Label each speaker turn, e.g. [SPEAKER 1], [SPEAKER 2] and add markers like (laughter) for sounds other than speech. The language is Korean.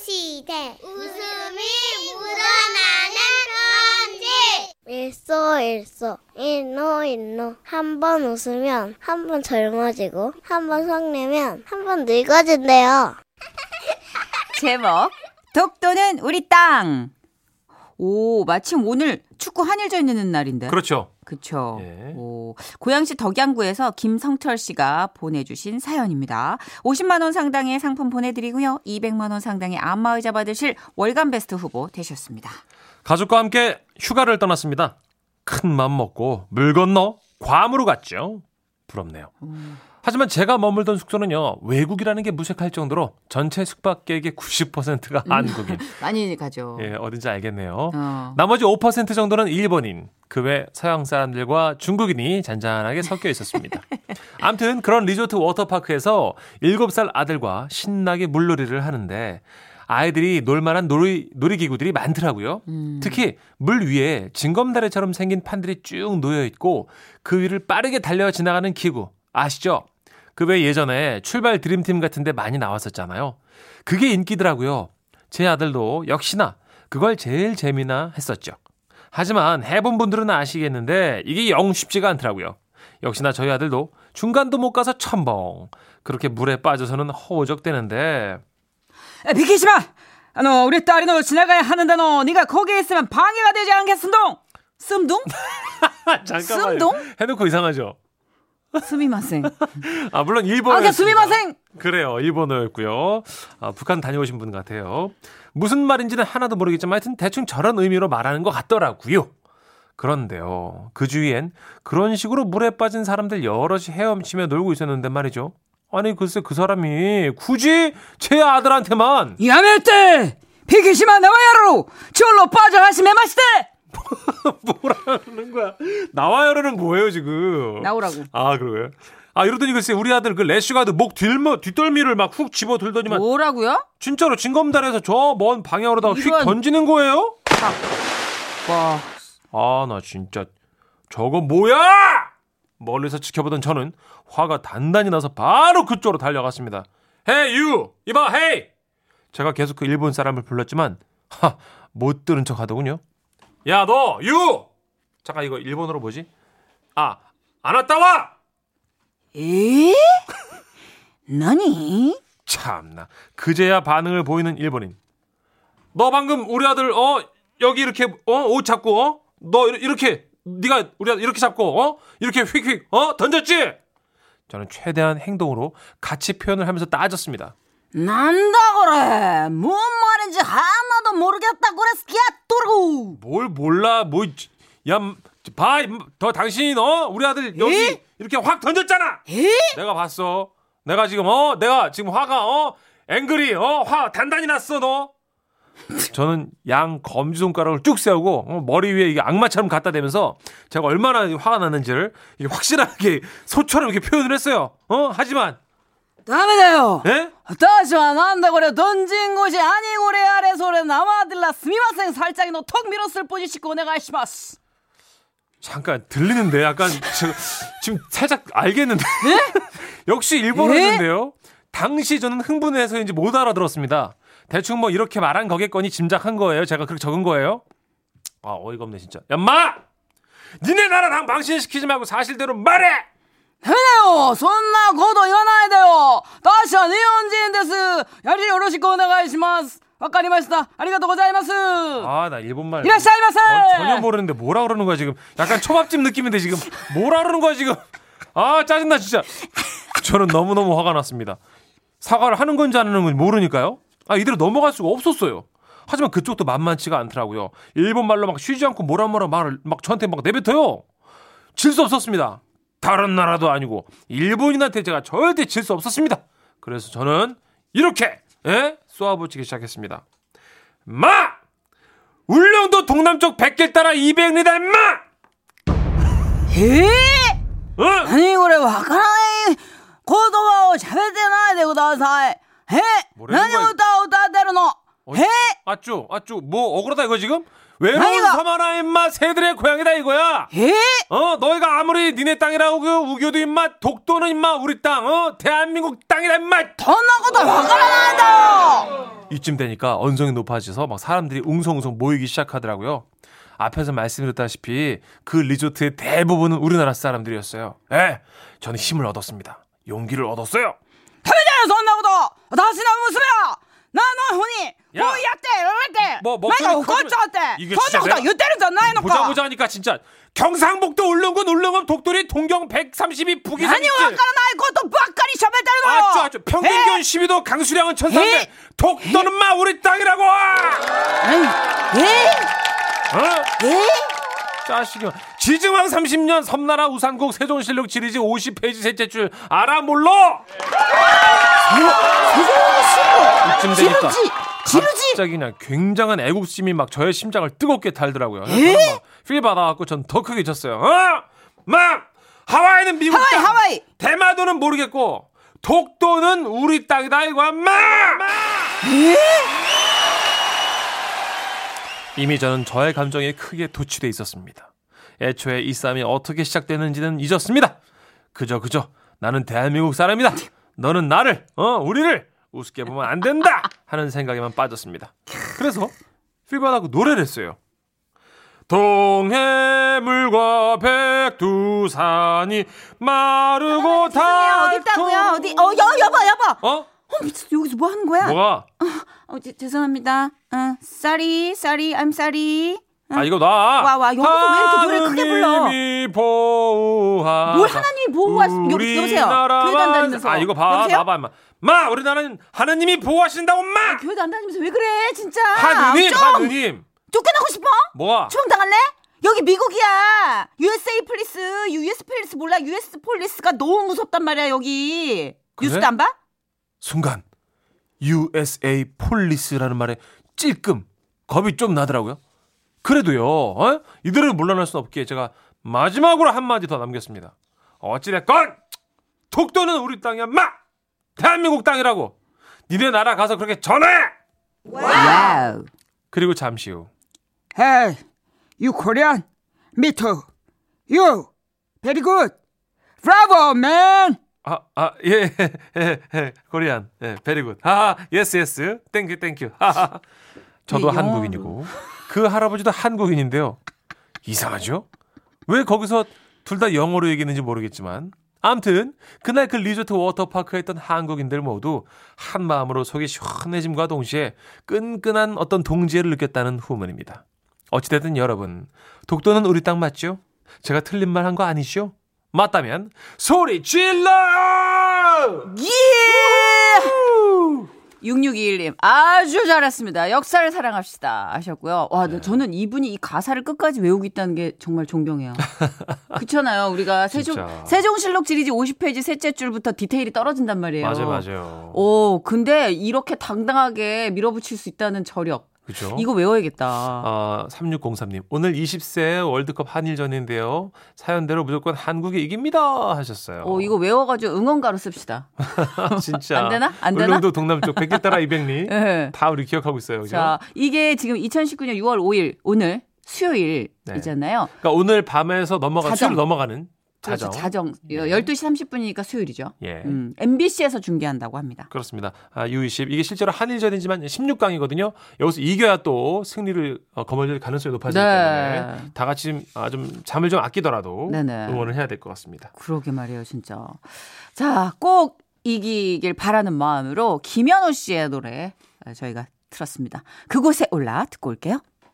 [SPEAKER 1] 시대 웃음이 묻어나는 편지
[SPEAKER 2] 일소 일소 일노 일노 한 번 웃으면 한 번 젊어지고 한 번 성내면 한 번 늙어진대요.
[SPEAKER 3] 제목 독도는 우리 땅. 오 마침 오늘 축구 한일전 있는 날인데.
[SPEAKER 4] 그렇죠.
[SPEAKER 3] 그쵸.
[SPEAKER 4] 예.
[SPEAKER 3] 오, 고양시 덕양구에서 김성철 씨가 보내주신 사연입니다. 50만 원 상당의 상품 보내드리고요. 200만 원 상당의 안마의자 받으실 월간 베스트 후보 되셨습니다.
[SPEAKER 4] 가족과 함께 휴가를 떠났습니다. 큰 맘 먹고 물 건너 괌으로 갔죠. 부럽네요. 하지만 제가 머물던 숙소는요. 외국이라는 게 무색할 정도로 전체 숙박객의 90%가 한국인.
[SPEAKER 3] 많이 가죠.
[SPEAKER 4] 예, 어딘지 알겠네요.
[SPEAKER 3] 어.
[SPEAKER 4] 나머지 5% 정도는 일본인, 그 외 서양 사람들과 중국인이 잔잔하게 섞여 있었습니다. 암튼 그런 리조트 워터파크에서 7살 아들과 신나게 물놀이를 하는데 아이들이 놀만한 놀이, 놀이기구들이 많더라고요. 특히 물 위에 징검다리처럼 생긴 판들이 쭉 놓여 있고 그 위를 빠르게 달려 지나가는 기구 아시죠? 그 외 예전에 출발 드림팀 같은데 많이 나왔었잖아요. 그게 인기더라고요. 제 아들도 역시나 그걸 제일 재미나 했었죠. 하지만 해본 분들은 아시겠는데 이게 영 쉽지가 않더라고요. 역시나 저희 아들도 중간도 못 가서 첨벙 그렇게 물에 빠져서는 허우적대는데
[SPEAKER 3] 야, 비키지 마! 아, 너 우리 딸이 너 지나가야 하는데 너 네가 거기에 있으면 방해가 되지 않겠음동!
[SPEAKER 4] (laughs)
[SPEAKER 3] 씀동? 잠깐만요. 씀동?
[SPEAKER 4] 해놓고 이상하죠.
[SPEAKER 3] 스미마생.
[SPEAKER 4] 아 물론
[SPEAKER 3] 아,
[SPEAKER 4] 일본어.
[SPEAKER 3] 그 스미마생!
[SPEAKER 4] 그래요 일본어였고요. 아, 북한 다녀오신 분 같아요. 무슨 말인지는 하나도 모르겠지만 하여튼 대충 저런 의미로 말하는 것 같더라고요. 그런데요 그 주위엔 그런 식으로 물에 빠진 사람들 여럿이 헤엄치며 놀고 있었는데 말이죠. 아니 글쎄 그 사람이 굳이 제 아들한테만
[SPEAKER 3] 야메떼! 비키지 마, 나와야로! 졸로 빠져 하시메 마시떼!
[SPEAKER 4] 뭐라는 거야? 나와요는 뭐예요 지금?
[SPEAKER 3] 나오라고.
[SPEAKER 4] 아 그래요? 아 이러더니 글쎄 우리 아들 그 래쉬가드 목 뒷머 뒷덜미를 막 훅 집어 들더니만
[SPEAKER 3] 뭐라고요?
[SPEAKER 4] 진짜로 진검다리에서 저 먼 방향으로다가 휙
[SPEAKER 3] 이런.
[SPEAKER 4] 던지는 거예요?
[SPEAKER 3] 와,
[SPEAKER 4] 아 나 진짜 저거 뭐야? 멀리서 지켜보던 저는 화가 단단히 나서 바로 그쪽으로 달려갔습니다. 헤이 유 이봐 헤이 제가 계속 그 일본 사람을 불렀지만 하 못 들은 척 하더군요. 야 너 유 잠깐 이거 일본어로 뭐지? 아 아나타와
[SPEAKER 3] 에? 나니?
[SPEAKER 4] 참나 그제야 반응을 보이는 일본인 너 방금 우리 아들 어 여기 이렇게 어 옷 잡고 어 너 이렇게 네가 우리 아들 이렇게 잡고 어 이렇게 휙휙 어 던졌지 저는 최대한 행동으로 같이 표현을 하면서 따졌습니다
[SPEAKER 3] 난다 그래. 뭔 말인지 하나도 모르겠다 그래서 끼어들고.
[SPEAKER 4] 뭘 몰라 뭐, 뭐야봐더 당신 어 우리 아들 여기
[SPEAKER 3] 에?
[SPEAKER 4] 이렇게 확 던졌잖아
[SPEAKER 3] 에?
[SPEAKER 4] 내가 봤어 내가 지금 어 내가 지금 화가 어 앵그리 어 화 단단히 났어 너 저는 양 검지 손가락을 쭉 세우고 어, 머리 위에 이게 악마처럼 갖다 대면서 제가 얼마나 화가 났는지를 이게 확실하게 (laughs) 소처럼 이렇게 표현을 했어요 어 하지만
[SPEAKER 3] 다음에요.
[SPEAKER 4] 예
[SPEAKER 3] 다시와 난다 그래 던진 곳이 아니고 래 아래 소리 남아들라 스미마생 살짝 너턱 밀었을 뿐이시고 내가 시마스.
[SPEAKER 4] 잠깐 들리는데 약간 저, 지금 살짝 알겠는데 (laughs) 역시 일본어인데요. 당시 저는 흥분해서인지 못 알아들었습니다. 대충 뭐 이렇게 말한 거겠거니 짐작한 거예요. 제가 그렇게 적은 거예요. 아 어이가 없네 진짜. 야마 니네 나라 당 망신시키지 말고 사실대로 말해.
[SPEAKER 3] 해요. 손나 고도 연하에 돼요. 다시와 니온지인데스. 야리 요러시고 내가 시마스. 아까리마시다. 아리가또 고자이마스.
[SPEAKER 4] 아 나 일본말
[SPEAKER 3] 이라시아이마세.
[SPEAKER 4] 어, 전혀 모르는데 뭐라 그러는 거야 지금. 약간 초밥집 느낌인데 지금 뭐라 그러는 거야 지금. 아 짜증나 진짜. 저는 너무너무 화가 났습니다. 사과를 하는 건지 안 하는 건지 모르니까요. 아 이대로 넘어갈 수가 없었어요. 하지만 그쪽도 만만치가 않더라고요. 일본 말로 막 쉬지 않고 뭐라뭐라 말을 막 저한테 막 내뱉어요. 질 수 없었습니다. 다른 나라도 아니고 일본인한테 제가 절대 질 수 없었습니다. 그래서 저는 이렇게 예? 쏘아붙이기 시작했습니다. 마! 울릉도 동남쪽 백길 따라 200리다 인마!
[SPEAKER 3] 에?
[SPEAKER 4] 응?
[SPEAKER 3] 何これわからない言葉を喋ってないでください。え
[SPEAKER 4] 漏れる前に
[SPEAKER 3] 何歌を歌ってるのえ
[SPEAKER 4] 아쭈 아쭈 뭐 억울하다 이거 지금? 외로운
[SPEAKER 3] 아이가.
[SPEAKER 4] 사마라 인마 새들의 고향이다 이거야.
[SPEAKER 3] え
[SPEAKER 4] 어 너희가 아무리 니네 땅이라고 그 우교도 인마 독도는 인마 우리 땅 어 대한민국 땅이라 인마
[SPEAKER 3] そんなことわからないんだよ
[SPEAKER 4] 이쯤 되니까 언성이 높아져서 막 사람들이 웅성웅성 모이기 시작하더라고요. 앞에서 말씀드렸다시피 그 리조트의 대부분은 우리나라 사람들이었어요. 예, 저는 힘을 얻었습니다. 용기를 얻었어요.
[SPEAKER 3] そんなこと私の娘はなのに
[SPEAKER 4] いや
[SPEAKER 3] こうやってやめて
[SPEAKER 4] もうもう
[SPEAKER 3] 前が怒っちゃっ
[SPEAKER 4] い
[SPEAKER 3] て
[SPEAKER 4] や
[SPEAKER 3] そんなことは言ってるんじゃないの
[SPEAKER 4] 보자
[SPEAKER 3] か
[SPEAKER 4] 보자 하니까 진짜 경상북도 울릉군 울릉읍 독도리 동경 132 북이
[SPEAKER 3] 何もわからないことばっかり喋ってるの
[SPEAKER 4] 아쭈 아쭈 평균
[SPEAKER 3] 네.
[SPEAKER 4] 기온 12도 강수량은 1300
[SPEAKER 3] 에?
[SPEAKER 4] 독도는 마 우리 땅이라고 어?
[SPEAKER 3] えええ
[SPEAKER 4] 짜식이 지증왕 30년 섬나라 우산국 세종실록 지리지 50페이지 셋째 줄 알아 몰라 이쯤 되니까 갑자기 그냥 굉장한 애국심이 막 저의 심장을 뜨겁게 달더라고요 그래서 막필 받아갖고 전 더 크게 쳤어요 어? 마 하와이는 미국
[SPEAKER 3] 하와이,
[SPEAKER 4] 땅
[SPEAKER 3] 하와이.
[SPEAKER 4] 대마도는 모르겠고 독도는 우리 땅이다 이거야 마! 이미 저는 저의 감정에 크게 도취돼 있었습니다. 애초에 이 싸움이 어떻게 시작되는지는 잊었습니다. 그저 그저 나는 대한민국 사람이다. 너는 나를 어 우리를 우습게 보면 안 된다 하는 생각에만 빠졌습니다. 그래서 필반하고 노래를 했어요. 동해물과 백두산이 마르고
[SPEAKER 3] 아, 어디 있다고요? 어디? 어, 여, 여보, 여보.
[SPEAKER 4] 어?
[SPEAKER 3] 어, 미친, 여기서 뭐 하는 거야?
[SPEAKER 4] 뭐가?
[SPEAKER 3] 어, 지, 죄송합니다. 응, sorry, sorry, I'm sorry.
[SPEAKER 4] 아 이거 나. 와
[SPEAKER 3] 와, 여기서 왜 이렇게 노래를 크게 불러?
[SPEAKER 4] 보호하.
[SPEAKER 3] 뭘 하나님이 보호하시- 여- 여보세요. 교회 다니면서.
[SPEAKER 4] 아 이거 봐,
[SPEAKER 3] 여보세요?
[SPEAKER 4] 봐봐, 인마. 마, 우리나라는 하나님이 보호하신다고 마.
[SPEAKER 3] 교회도 안 다니면서 왜 그래, 진짜?
[SPEAKER 4] 하느님, 아,
[SPEAKER 3] 좀
[SPEAKER 4] 하느님.
[SPEAKER 3] 쫓겨나고 싶어?
[SPEAKER 4] 뭐가?
[SPEAKER 3] 추방당할래? 여기 미국이야. USA 플리스, US 플리스 몰라. US 폴리스가 너무 무섭단 말이야, 여기.
[SPEAKER 4] 그래?
[SPEAKER 3] 뉴스도 안 봐?
[SPEAKER 4] 순간 USA 폴리스라는 말에 찔끔 겁이 좀 나더라고요. 그래도요, 어? 이들을 물러날 수 없기에 제가 마지막으로 한마디 더 남겼습니다. 어찌됐건 독도는 우리 땅이야, 마! 대한민국 땅이라고. 니네 나라 가서 그렇게 전해!
[SPEAKER 3] 와우.
[SPEAKER 4] 그리고 잠시 후
[SPEAKER 3] Hey, you Korean? Me too. You very good. Bravo, man.
[SPEAKER 4] 아, 아, 예, (laughs) 예, 예, 예, 코리안, 예, 베리굿. 아, 예스, 예스, 땡큐, 땡큐. 아, 저도
[SPEAKER 3] 예,
[SPEAKER 4] 한국인이고, 그 할아버지도 한국인인데요. 이상하죠? 왜 거기서 둘 다 영어로 얘기했는지 모르겠지만, 암튼, 그날 그 리조트 워터파크에 있던 한국인들 모두 한 마음으로 속이 시원해짐과 동시에 끈끈한 어떤 동지애를 느꼈다는 후문입니다. 어찌됐든 여러분, 독도는 우리 땅 맞죠? 제가 틀린 말 한 거 아니죠? 맞다면 소리 질러!
[SPEAKER 3] 예! 6621님, 아주 잘했습니다. 역사를 사랑합시다. 하셨고요. 와, 네, 저는 이분이 이 가사를 끝까지 외우고 있다는 게 정말 존경해요.
[SPEAKER 4] (laughs)
[SPEAKER 3] 그렇잖아요. 우리가 세종,
[SPEAKER 4] 진짜.
[SPEAKER 3] 세종실록 지리지 50페이지 셋째 줄부터 디테일이 떨어진단 말이에요.
[SPEAKER 4] 맞아요, 맞아요.
[SPEAKER 3] 오, 근데 이렇게 당당하게 밀어붙일 수 있다는 저력.
[SPEAKER 4] 그죠?
[SPEAKER 3] 이거 외워야겠다.
[SPEAKER 4] 어? 아, 3603님. 오늘 20세 월드컵 한일전인데요. 사연대로 무조건 한국이 이깁니다. 하셨어요.
[SPEAKER 3] 오, 이거 외워가지고 응원가로 씁시다.
[SPEAKER 4] (laughs) 진짜.
[SPEAKER 3] 안 되나? 안 되나?
[SPEAKER 4] 울릉도 동남쪽 백길따라
[SPEAKER 3] (laughs)
[SPEAKER 4] 이백리.
[SPEAKER 3] 예.
[SPEAKER 4] 다 우리 기억하고 있어요. 그죠?
[SPEAKER 3] 자, 이게 지금 2019년 6월 5일, 오늘 수요일이잖아요.
[SPEAKER 4] 그러니까 오늘 밤에서 넘어가
[SPEAKER 3] 자정.
[SPEAKER 4] 술 넘어가는
[SPEAKER 3] 그렇죠.
[SPEAKER 4] 자정.
[SPEAKER 3] 자정.
[SPEAKER 4] 예.
[SPEAKER 3] 12시 30분이니까 수요일이죠.
[SPEAKER 4] 예.
[SPEAKER 3] 음, MBC에서 중계한다고 합니다.
[SPEAKER 4] 그렇습니다. 아, U20 이게 실제로 한일전이지만 16강이거든요. 여기서 이겨야 또 승리를 어, 거머쥘 가능성이 높아지기
[SPEAKER 3] 네.
[SPEAKER 4] 때문에 다 같이 좀, 아, 좀 잠을 좀 아끼더라도
[SPEAKER 3] 네네.
[SPEAKER 4] 응원을 해야 될 것 같습니다.
[SPEAKER 3] 그러게 말이에요, 진짜. 자, 꼭 이기길 바라는 마음으로 김현우 씨의 노래 저희가 들었습니다. 그곳에 올라 듣고 올게요.